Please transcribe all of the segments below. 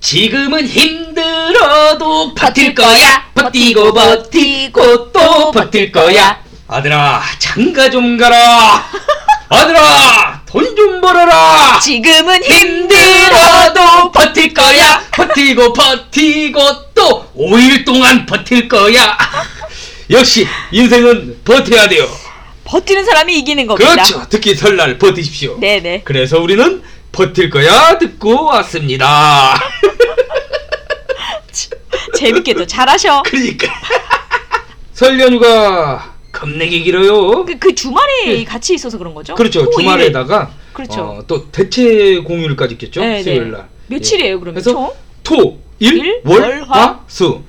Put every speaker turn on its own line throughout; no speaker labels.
지금은 힘들어도 버틸
버틸
거야.
거야.
버티고 버티고 또 버틸 거야. 아들아, 장가 좀 가라. 아들아, 돈 좀 벌어라.
지금은
힘들어도 버틸 거야. 버티고 버티고 또 5일 동안 버틸 거야. 역시 인생은 버텨야 돼요.
버티는 사람이 이기는 겁니다.
그렇죠. 특히 설날 버티십시오.
네네.
그래서 우리는 버틸 거야 듣고 왔습니다.
재밌게 또 잘하셔.
그러니까 설 연휴가 겁내기 길어요.
그, 그 주말에
네.
같이 있어서 그런 거죠?
그렇죠.
오,
주말에다가
예. 그렇죠.
어, 또 대체 공휴일까지 있겠죠.
네, 네.
수요일 날. 예.
며칠이에요, 그러면
그래서
총?
토, 일,
일,
월,
월,
화,
화.
수.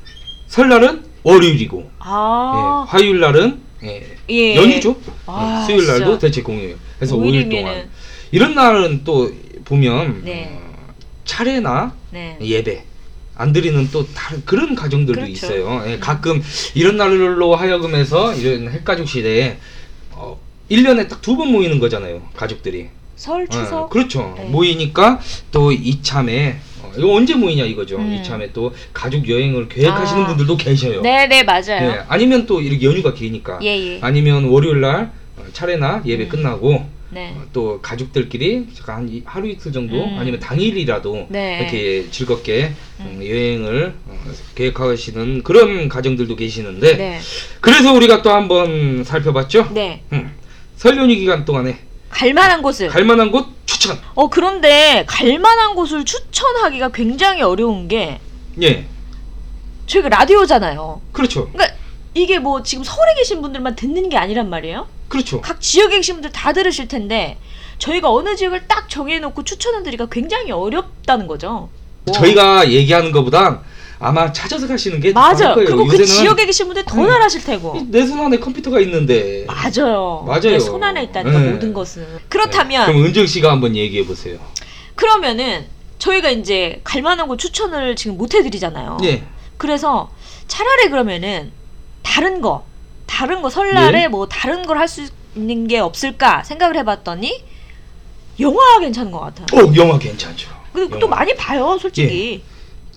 설날은 월요일이고
아,
예, 화요일 날은 예,
예.
연휴죠.
아,
예, 수요일 날도
진짜.
대체 공휴일. 그래서 5일 동안.
오일이면은-
이런 날은 또 보면
네.
어, 차례나
네.
예배 안 드리는 또 다른 그런 가정들도
그렇죠.
있어요. 예, 가끔 이런 날로 하여금 해서 이런 핵가족 시대에 어, 1년에 딱 두 번 모이는 거잖아요. 가족들이.
설,
예,
추석.
그렇죠.
네.
모이니까 또 이참에 어, 이거 언제 모이냐 이거죠.
음.
이참에 또 가족 여행을 계획하시는
아.
분들도 계셔요.
네네, 맞아요.
예, 아니면 또 이렇게 연휴가 기니까
예, 예.
아니면 월요일 날 어, 차례나 예배
음.
끝나고
네.
어, 또 가족들끼리 잠깐 한 이- 하루 이틀 정도
음.
아니면 당일이라도
네.
이렇게 즐겁게 음, 여행을 어, 계획하시는 그런 가정들도 계시는데
네.
그래서 우리가 또 한번 살펴봤죠.
네.
음, 설 연휴 기간 동안에
갈만한 곳을.
갈만한 곳 추천.
어, 그런데 갈만한 곳을 추천하기가 굉장히 어려운 게
예,
저희가 라디오잖아요.
그렇죠,
그러니까 이게 뭐 지금 서울에 계신 분들만 듣는 게 아니란 말이에요.
그렇죠.
각 지역에 계신 분들 다 들으실 텐데 저희가 어느 지역을 딱 정해놓고 추천해드리기가 굉장히 어렵다는 거죠.
저희가 얘기하는 것보다 아마 찾아서 가시는 게
맞아.
나을 거예요.
그리고 그
요새는
지역에 계신 분들 더
음.
잘하실 테고.
내 손 안에 컴퓨터가 있는데.
맞아요.
맞아요.
내 손 안에 있다니까
네.
모든 것은.
네,
그렇다면
그럼 은정 씨가 한번 얘기해 보세요.
그러면은 저희가 이제 갈만한 곳 추천을 지금 못 해드리잖아요.
예,
그래서 차라리 그러면은 다른 거 다른 거 설날에
예.
뭐 다른 걸 할 수 있는 게 없을까 생각을 해봤더니 영화 괜찮은 것 같아요.
어 영화 괜찮죠.
근데
영화. 예.
또 많이 봐요, 솔직히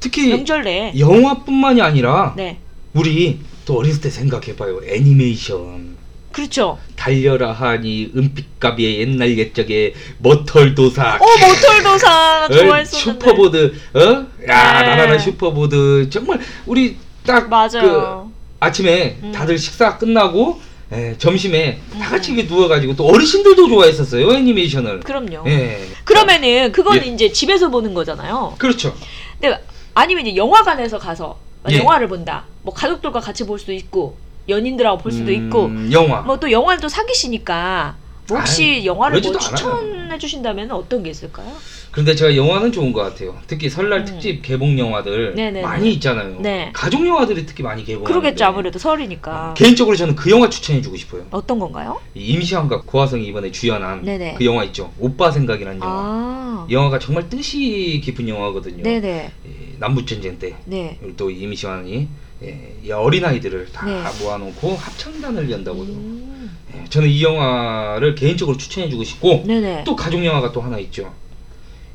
특히
명절에.
영화뿐만이 아니라
네,
우리 또 어렸을 때 생각해봐요. 애니메이션.
그렇죠.
달려라 하니 은빛가비의 옛날 옛적에 머털도사.
어, 모털도사 좋아했었는데.
슈퍼보드. 어? 야
네.
나라라 슈퍼보드. 정말 우리 딱
맞아요.
그 아침에
음.
다들 식사 끝나고 예, 점심에 다 같이 이렇게 누워가지고 또 어르신들도 좋아했었어요 애니메이션을.
그... 럼요
예.
그러면은 그건
예.
이제 집에서 보는 거잖아요.
그렇죠.
근데 아니면 이제 영화관에서 가서
예.
영화를 본다. 뭐 가족들과 같이 볼 수도 있고 연인들하고 볼 수도
음,
있고
영화.
뭐 또 영화를 또 사귀시니까 뭐 혹시
아유,
영화를 뭐
그러지도 뭐
추천해 주신다면 어떤 게 있을까요?
그런데 제가 영화는 좋은 것 같아요. 특히 설날
음.
특집 개봉 영화들
네네네.
많이 있잖아요.
네.
가족 영화들이 특히 많이 개봉.
그러겠죠 아무래도 설이니까
네. 개인적으로 네. 저는 그 영화 추천해주고 싶어요.
어떤 건가요?
이 임시완과 고화성이 이번에 주연한
네네.
그 영화 있죠. 오빠 생각이라는 영화.
아
영화가 정말 뜻이 깊은 영화거든요.
네네
예, 남북전쟁 때
네.
또 임시완이 예, 이 어린아이들을 다
네.
모아놓고 합창단을 연다고요.
음,
예, 저는 이 영화를 개인적으로 추천해주고 싶고
네네
또 가족 영화가 또 하나 있죠.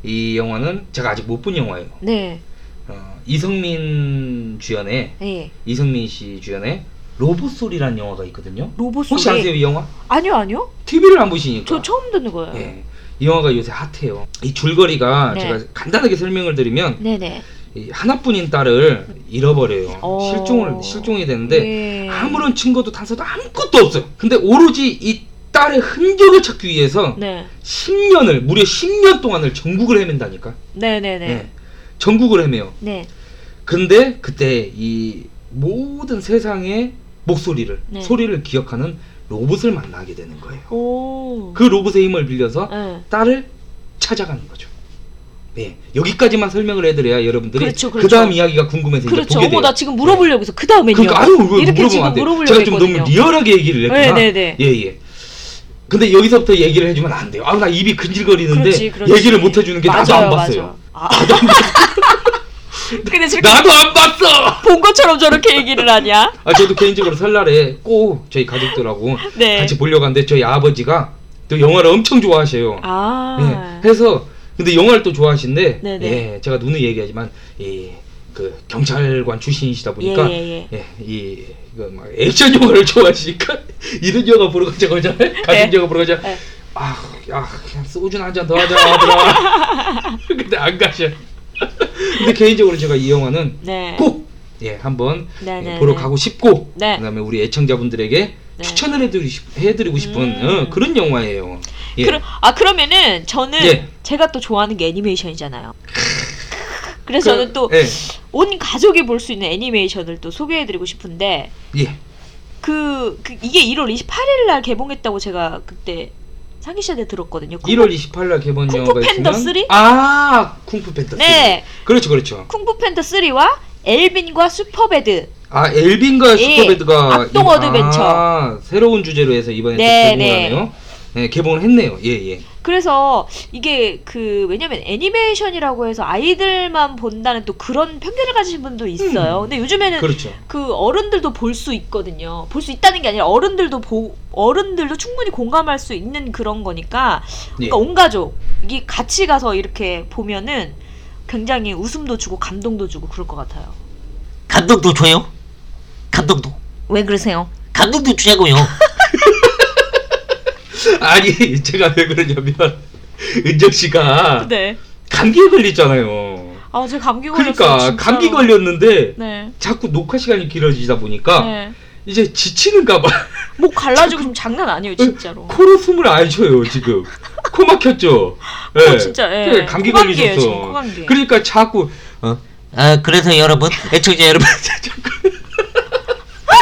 이 영화는 제가 아직 못 본 영화예요.
네.
어, 이성민 주연의
예.
이성민 씨 주연의 로봇 소리라는 영화가 있거든요.
로봇
혹시
소리.
아세요 이 영화?
아니요 아니요.
TV를 안 보시니까.
네. 저 처음 듣는 거예요.
예. 이 영화가 요새 핫해요. 이 줄거리가
네.
제가 간단하게 설명을 드리면
네네.
이 하나뿐인 딸을 잃어버려요.
어.
실종을 실종이 되는데
예.
아무런 증거도 단서도 아무것도 없어요. 근데 오로지 이 딸의 흔적을 찾기 위해서
네.
10년을 무려 10년 동안을 전국을 헤맨다니까.
네네네.
예. 전국을 헤매요.
네.
근데 그때 이 모든 세상의 목소리를
네.
소리를 기억하는 로봇을 만나게 되는 거예요.
오.
그 로봇의 힘을 빌려서
네.
딸을 찾아가는 거죠. 네 여기까지만 설명을 해드려야 여러분들이
그렇죠,
그
그렇죠.
다음 이야기가 궁금해서 이제
그렇죠.
보게 돼요. 예.
어머 나 지금 물어보려고 해서 그 다음에요.
그러니까 아유 이거
이렇게
물어보면 안
지금
돼.
물어보려고
제가 지금
했거든요.
너무 리얼하게 얘기를 했구나.
네네네.
예 예. 근데 여기서부터 얘기를 해주면 안 돼요. 아 나 입이 근질거리는데
그렇지, 그렇지.
얘기를 못 해주는 게 나도
맞아요,
안 봤어요.
맞아. 아. 근데 지금
나도 안 봤어.
본 것처럼 저렇게 얘기를 하냐?
아 저도 개인적으로 설날에 꼭 저희 가족들하고
네.
같이 보려고 하는데 저희 아버지가 또 영화를 엄청 좋아하셔요.
아.
예, 해서 근데 영화를 또 좋아하시는데
네네.
예, 제가 누누이 얘기하지만 이 그 경찰관 출신이시다 보니까
예, 예,
예, 이 이거 막 액션 영화를 좋아하시니까 이런 영화 보러 가자 그러잖아요. 가슴
네.
영화 보러 가자.
네.
아, 야, 그냥 소주 한 잔 더 하자 하더라. 근데 안 가셔. 근데 개인적으로 제가 이 영화는
네.
꼭 예, 한번
네, 네,
예, 보러
네.
가고 싶고
네.
그다음에 우리 애청자분들에게
네.
추천을 해드리고, 싶, 해드리고 싶은
음.
어, 그런 영화예요. 예.
그럼 아 그러면은 저는
예.
제가 또 좋아하는 게 애니메이션이잖아요. 그래서
그-
저는 또 온
예,
가족이 볼 수 있는 애니메이션을 또 소개해드리고 싶은데
예.
그, 그 이게 1월 28일 날 개봉했다고 제가 그때 상기 씨한테 들었거든요.
1월 28일 날 개봉
쿵푸
영화가
팬더
있으면
쓰리?
아, 쿵푸 팬더 3.
네.
그렇죠, 그렇죠.
쿵푸 팬더 3와 엘빈과 슈퍼배드
아, 엘빈과
예,
슈퍼배드가
악동
이-
어드벤처.
아, 새로운 주제로 해서 이번에
네,
또 개봉하네요. 네. 개봉을 했네요. 예, 예.
그래서 이게 그 왜냐면 애니메이션이라고 해서 아이들만 본다는 또 그런 편견을 가지신 분도 있어요. 근데 요즘에는 그
음. 그렇죠.
어른들도 볼 수 있거든요. 볼 수 있다는 게 아니라 어른들도 보 어른들도 충분히 공감할 수 있는 그런 거니까
예.
그러니까 온 가족이 같이 가서 이렇게 보면은 굉장히 웃음도 주고 감동도 주고 그럴 것 같아요.
감동도 줘요? 감동도.
왜 그러세요?
감동도 주냐고요.
아니, 제가 왜 그러냐면 은정 씨가
네.
감기에 걸렸잖아요.
아, 제 감기 걸렸어요.
그러니까
진짜로.
감기 걸렸는데
네.
자꾸 녹화 시간이 길어지다 보니까
네.
이제 지치는가 봐.
목 갈라지고 지금 장난 아니에요, 진짜로.
어, 코로 숨을 안 쉬어요 지금. 코 막혔죠. 예.
어, 진짜 예.
그래, 감기
코감기예요, 지금
걸리셨어.
코감기.
그러니까 자꾸 어?
아, 그래서 여러분, 애청자 여러분,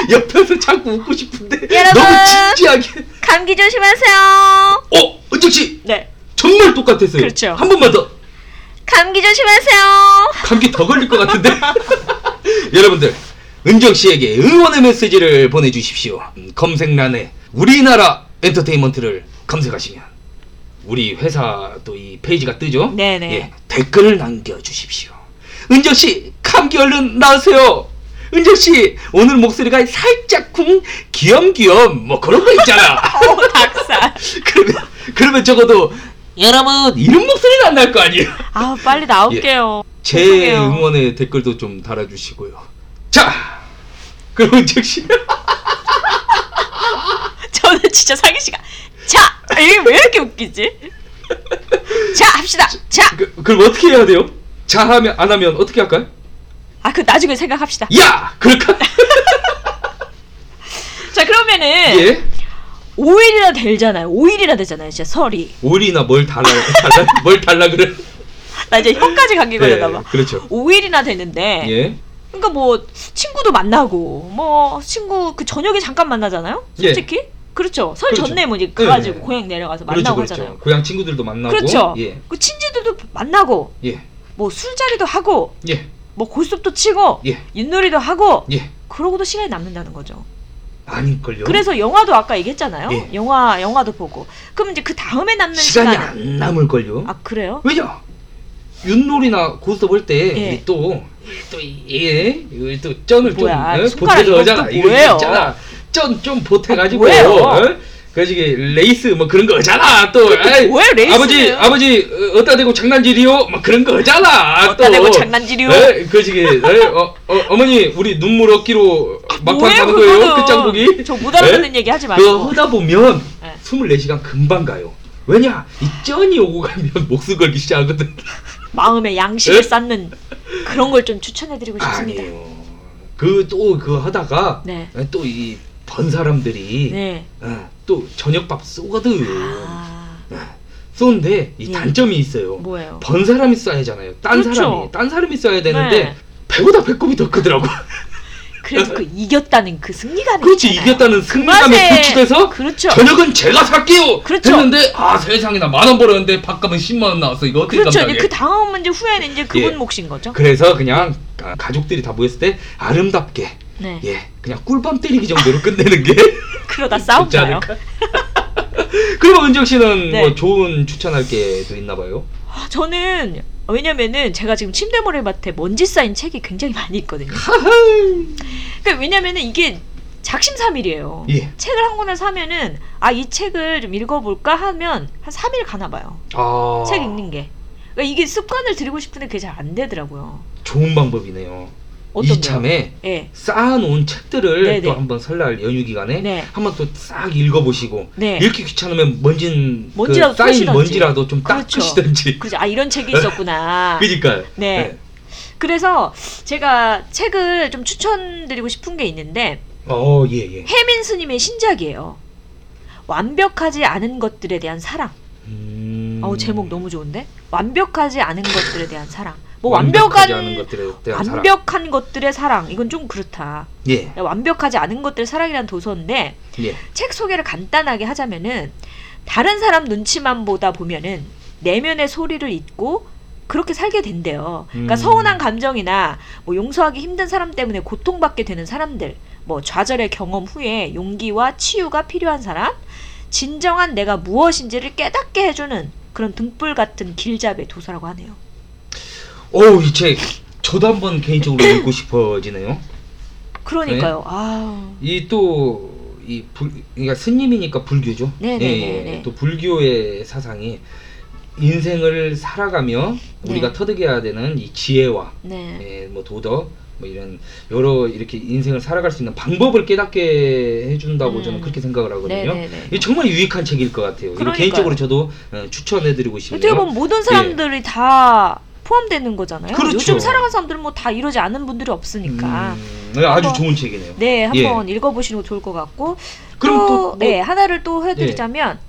옆에서 자꾸 웃고 싶은데
예, 여러분!
너무 진지하게.
감기 조심하세요.
어, 은정 씨
네.
정말 똑같았어요.
그렇죠.
한 번만 더
감기 조심하세요.
감기 더 걸릴 것 같은데. 여러분들 은정 씨에게 응원의 메시지를 보내주십시오. 음, 검색란에 우리나라 엔터테인먼트를 검색하시면 우리 회사 또 이 페이지가 뜨죠.
네네.
예, 댓글을 남겨주십시오. 은정 씨 감기 얼른 나으세요. 은정 씨 오늘 목소리가 살짝 쿵 귀염귀염 뭐 그런 거 있잖아.
오, 어, 닭살.
그러면 그러면 적어도
여러분,
이런 목소리는 안 날 거 아니에요.
아, 빨리 나올게요.
제
죄송해요.
응원의 댓글도 좀 달아주시고요. 자, 그럼 즉시 예.
저는 진짜 상희 씨가 자, 이게 왜 이렇게 웃기지? 자, 합시다. 자.
그, 그럼 어떻게 해야 돼요? 자 하면 안 하면 어떻게 할까요?
아, 그 나중에 생각합시다.
야, 그럴까?
자, 그러면은
예.
5일이나 되잖아요. 5일이나 되잖아요. 진짜 설이.
오리나 뭘 달라, 달라 뭘 달라 그래?
나 이제 혀까지 감기 걸렸나 봐.
그렇죠.
5일이나 됐는데
예,
그러니까 뭐 친구도 만나고 뭐 친구 그 저녁에 잠깐 만나잖아요.
예.
솔직히 그렇죠. 설
그렇죠.
전에 뭐 이제 가가지고
예.
고향 내려가서
그렇죠,
만나고
그렇죠.
하잖아요.
고향 친구들도 만나고,
그렇죠.
예,
그 친지들도 만나고
예,
뭐 술자리도 하고
예,
뭐 고스톱도 치고
예,
윷놀이도 하고
예.
그러고도 시간이 남는다는 거죠.
아닐걸요.
그래서 영화도 아까 얘기했잖아요.
예.
영화 영화도 보고 그럼 이제 그 다음에 남는
시간이
시간
안 남을걸요.
아 그래요?
왜냐? 윷놀이나 고스톱
예.
할때또또예또 쩐을 좀
뭐야,
어? 보태서
손가락 이거
하잖아.
또
이거
뭐예요?
있잖아. 쩐좀 보태가지고.
아, 뭐예요?
어? 그래서 이게 레이스 뭐 그런 거잖아. 또 아이,
뭐예요, 레이스는?
아버지 아버지 어, 어따 대고 장난질이요? 뭐 그런 거잖아.
어따
또.
대고 장난질이요?
예? 그래서 이게 예? 어, 어, 어머니 우리 눈물 얻기로 막판
아, 뭐예요
가는 거예요.
그거는?
끝장보기.
저 못 알아듣는
예?
얘기 하지
그거
말고
하다 보면
네.
24시간 금방 가요. 왜냐? 이 쩐이 오고 가면 목숨 걸기 시작하거든.
마음에 양식을
예?
쌓는 그런 걸 좀 추천해드리고 싶습니다.
아니에요. 그 또 그 하다가 예,
네.
또 이 번 사람들이
네.
어, 또 저녁밥 쏘거든.
아,
쏘는데 이
예.
단점이 있어요.
뭐예요?
번 사람이 쏴야잖아요. 딴
그렇죠.
사람이 딴 사람이 쏴야 되는데
네.
배보다 배꼽이 더 크더라고.
그래도 그 이겼다는 그 승리감이
그렇지
있잖아요.
이겼다는 승리감에
맞아요.
구축돼서
그렇죠.
저녁은 제가 살게요.
그렇죠.
했는데 아 세상에나 만 원 벌었는데 밥값은 10만 원 나왔어. 이거 어떻게
그렇죠.
감당해?
이제 그 다음 문제 후에는 이제 그분
예.
몫인 거죠.
그래서 그냥 가- 가족들이 다 모였을 때 아름답게
네.
예 그냥 꿀밤 때리기 정도로 끝내는 게
그러다
좋지
싸움나요.
않을까? 그리고 은정 씨는
네.
뭐 좋은 추천할 게도 있나 봐요.
아, 저는 왜냐면은 제가 지금 침대모래밭에 먼지 쌓인 책이 굉장히 많이 있거든요. 그러니까 왜냐면은 이게 작심삼일이에요.
예.
책을 한 권을 사면은 아 이 책을 좀 읽어볼까 하면 한 3일 가나 봐요.
아.
책 읽는 게. 그러니까 이게 습관을 들이고 싶은데 그게 잘 안 되더라고요.
좋은 방법이네요.
어떤
이참에
예.
쌓아놓은 책들을
네네.
또 한번 설날 연휴 기간에
네.
한번 또 싹 읽어보시고
네.
읽기 귀찮으면 먼진
먼지라도
그 쌓인
닦으시던지.
먼지라도 좀
그렇죠.
닦으시든지
그죠. 아 이런 책이 있었구나.
그러니까요.
네. 그래서 제가 책을 좀 추천드리고 싶은 게 있는데
어, 예, 예.
해민 스님의 신작이에요. 완벽하지 않은 것들에 대한 사랑.
음...
어우 제목 너무 좋은데? 완벽하지 않은 것들에 대한 사랑. 뭐
완벽하지
완벽한
않은 것들에 대한 사랑.
완벽한 것들의 사랑. 이건 좀 그렇다.
예,
완벽하지 않은 것들의 사랑이라는 도서인데
예.
책 소개를 간단하게 하자면은 다른 사람 눈치만 보다 보면은 내면의 소리를 잊고 그렇게 살게 된대요. 그러니까
음.
서운한 감정이나 뭐 용서하기 힘든 사람 때문에 고통받게 되는 사람들, 뭐 좌절의 경험 후에 용기와 치유가 필요한 사람, 진정한 내가 무엇인지를 깨닫게 해주는 그런 등불 같은 길잡의 도서라고 하네요.
어우, 이 책 저도 한번 개인적으로 읽고 싶어지네요.
그러니까요. 아우.
이 또 이 불, 그러니까 스님이니까 불교죠.
네네네네.
예, 예. 또 불교의 사상이 인생을 살아가며 우리가
네.
터득해야 되는 이 지혜와
네.
예, 뭐 도덕 뭐 이런 여러 이렇게 인생을 살아갈 수 있는 방법을 깨닫게 해준다고
음.
저는 그렇게 생각을 하거든요.
네네네.
이게 정말 유익한 책일 것 같아요. 이거
그러니까요.
개인적으로 저도 어, 추천해드리고
어떻게
싶네요. 예.
보면 모든 사람들이 다 포함되는 거잖아요.
그렇죠.
요즘 살아가는 사람들은 뭐 다 이러지 않은 분들이 없으니까.
음, 네, 아주
한번-
좋은 책이네요.
네, 한번 읽어보시는 거 좋을 것 같고.
그럼
또,
또, 예. 뭐-
네, 하나를 또 해드리자면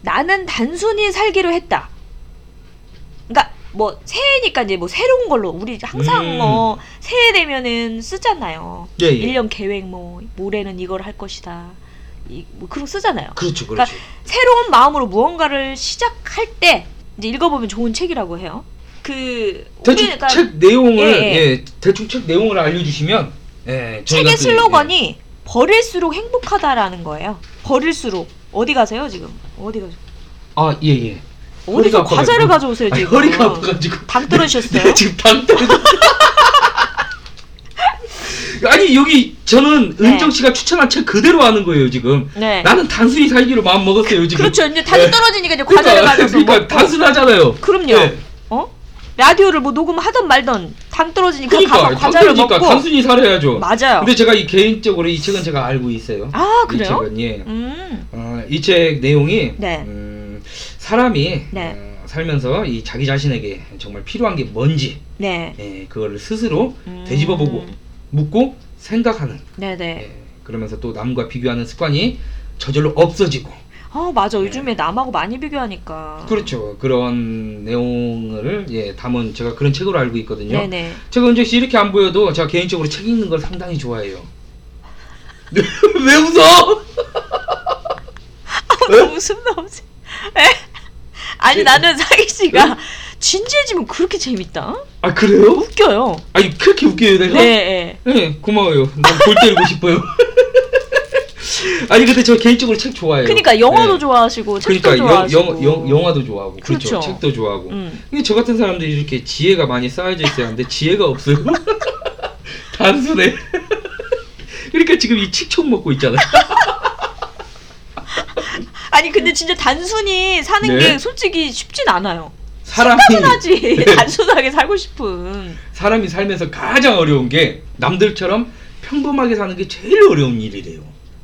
나는 단순히 살기로 했다. 그러니까 뭐 새해니까 이제 뭐 새로운 걸로 우리 항상
음.
뭐 새해 되면은 쓰잖아요.
예, 예.
일 1년 계획 뭐 모레는 이걸 할 것이다. 이, 뭐 그런 거 쓰잖아요.
그렇죠, 그렇죠.
그러니까 새로운 마음으로 무언가를 시작할 때 이제 읽어보면 좋은 책이라고 해요. 그
대충
우리가
책 내용을
예,
예,
예.
대충 책 내용을 알려주시면 예, 저희가
책의
또-
슬로건이
예.
버릴수록 행복하다라는 거예요. 버릴수록 어디 가세요 지금? 어디 가세요?
예. 아 예예
어디 가 과자를 가져오세요 지금?
허리가 아파가지고
당 떨어지셨어요?
네, 지금 당 떨어졌어요 아니 여기 저는
네.
은정 씨가 추천한 책 그대로 하는 거예요 지금
네.
나는 단순히 살기로 마음 먹었어요 지금
그렇죠. 이제 당
예.
떨어지니까 이제
그러니까,
과자를 가져서
그러니까
먹고. 그러니까
단순하잖아요
그럼요.
예.
어? 라디오를 뭐 녹음하던 말던 당 떨어지니까 가서
그러니까
과자를
단순히니까
먹고
단순히 살아야죠
맞아요.
근데 제가 이 개인적으로 이 책은 제가 알고 있어요
아
이
그래요?
책은 예
음.
어, 이 책 내용이
네.
음, 사람이
네.
어, 살면서 이 자기 자신에게 정말 필요한 게 뭔지
네.
예, 그거를 스스로
음.
되짚어보고 묻고 생각하는
네네.
예, 그러면서 또 남과 비교하는 습관이 저절로 없어지고
아 맞아 요즘에 남하고 많이 비교하니까
네. 그렇죠 그런 내용을 예, 담은 제가 그런 책으로 알고 있거든요
네네
제가 은재 씨 이렇게 안 보여도 제가 개인적으로 책 읽는 걸 상당히 좋아해요 왜 웃어?
아, 무슨 넘지 에? 아니
네.
나는 사기 씨가 진지해지면 그렇게 재밌다
아 그래요?
웃겨요
아니 그렇게 웃겨요 내가?
네네 예.
네, 고마워요. 난볼 때리고 싶어요. 아니 근데 저 개인적으로 책 좋아해요.
그러니까 영화도
네.
좋아하시고 책도
그러니까
좋아하시고
영, 영, 영, 화도 좋아하고 그렇죠.
그렇죠.
책도 좋아하고.
음.
근데 저 같은 사람들이 이렇게 지혜가 많이 쌓여져 있어야 하는데 지혜가 없어요. 단순해. 그러니까 지금 이 칙촉 먹고 있잖아요.
아니 근데 진짜 단순히 사는
네.
게 솔직히 쉽진 않아요
사람이
흔하지
네.
단순하게 살고 싶은
사람이 살면서 가장 어려운 게 남들처럼 평범하게 사는 게 제일 어려운 일이래요.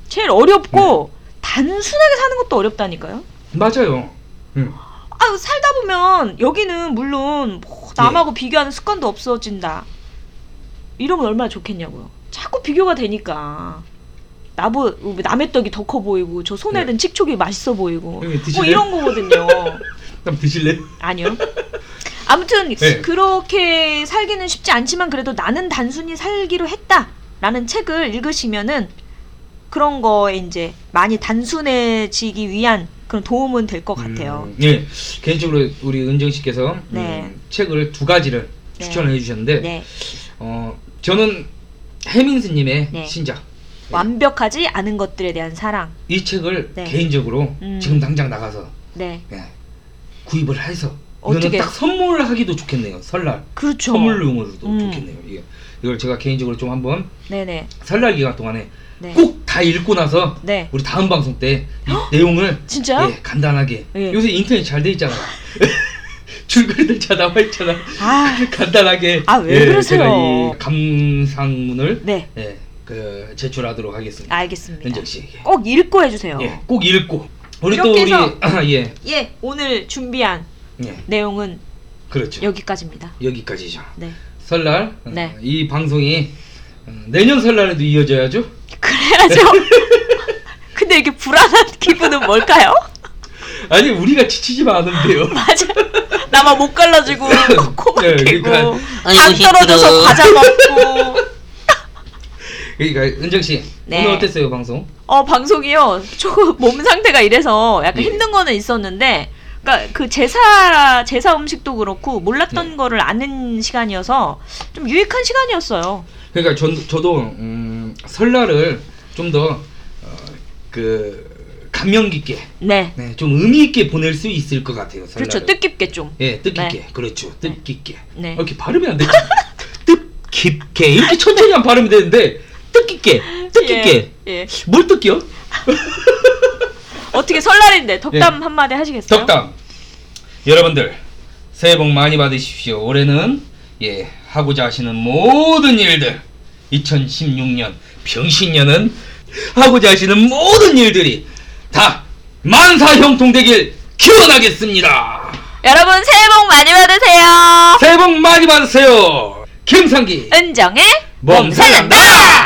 제일 어렵고
음.
단순하게 사는 것도 어렵다니까요
맞아요. 응.
아 살다 보면 여기는 물론 뭐
예.
남하고 비교하는 습관도 없어진다. 이러면 얼마나 좋겠냐고요. 자꾸 비교가 되니까 나보 남의 떡이 더 커 보이고 저 손에
네.
든 칡촉이 맛있어 보이고
형님,
뭐
드실래요?
이런 거거든요.
한번 드실래요?
아니요. 아무튼
네.
그렇게 살기는 쉽지 않지만 그래도 나는 단순히 살기로 했다라는 책을 읽으시면은 그런 거에 이제 많이 단순해지기 위한 그런 도움은 될 것 같아요.
음, 예, 개인적으로 우리 은정 씨께서 음,
네.
책을 두 가지를
네.
추천을 해주셨는데,
네.
어, 저는 해민스님의
네.
신작
완벽하지 않은 것들에 대한 사랑.
이 책을
네.
개인적으로
음.
지금 당장 나가서
네.
예, 구입을 해서
어떻게?
이거는 딱 선물하기도 좋겠네요. 설날
그렇죠.
선물용으로도
음.
좋겠네요. 이게 이걸 제가 개인적으로 좀 한번
네네.
설날 기간 동안에
네.
꼭 다 읽고 나서
네.
우리 다음 방송 때 이 내용을
진짜요?
예, 간단하게
예.
요새 인터넷 잘 돼 있잖아요. 줄거리들 다 나와 있잖아.
아,
간단하게
아, 왜
예,
그러세요?
제가 이 감상문을
네, 아,
예, 그 제출하도록 하겠습니다.
알겠습니다.
은정 씨에게.
꼭 읽고 해주세요.
예, 꼭 읽고 우리 또
이렇게
우리
해서-
아, 예,
예, 오늘 준비한
예,
내용은
그렇죠.
여기까지입니다.
여기... 까지죠
네.
설날 어,
네.
이 방송이 어, 내년 설날에도 이어져야죠.
그래야죠. 근데 이렇게 불안한 기분은 뭘까요?
아니 우리가 지치지만 않으면 돼요.
맞아. 나만 못 갈라지고 코만
네,
끼고
그러니까.
당
아이고,
떨어져서
힘들어.
과자 먹고.
그러니까 은정 씨
네.
오늘 어땠어요 방송?
어 방송이요. 조금 몸 상태가 이래서 약간
예.
힘든 거는 있었는데, 그러니까 그 제사 제사 음식도 그렇고 몰랐던
네.
거를 아는 시간이어서 좀 유익한 시간이었어요.
그러니까 전 저도 음, 설날을 어, 좀더그 감명 깊게
네,
네, 좀 의미 있게 보낼 수 있을 것 같아요. 설날을.
그렇죠. 뜻깊게 좀.
예, 뜻깊게.
네.
그렇죠. 뜻깊게.
네.
어, 이렇게 발음이 안 되지. 뜻깊게. 이렇게 천천히 하면 발음이 되는데 뜻깊게. 뜻깊게.
예, 예.
뭘 뜻겨?
어떻게 설날인데 덕담 한마디
예.
하시겠어요?
덕담. 여러분들 새해 복 많이 받으십시오. 올해는 예 하고자 하시는 모든 일들 2016년 병신년은 하고자 하시는 모든 일들이 다 만사형통되길 기원하겠습니다.
여러분 새해 복 많이 받으세요. 네.
새해 복 많이 받으세요. 김상기
은정의
몸살난다.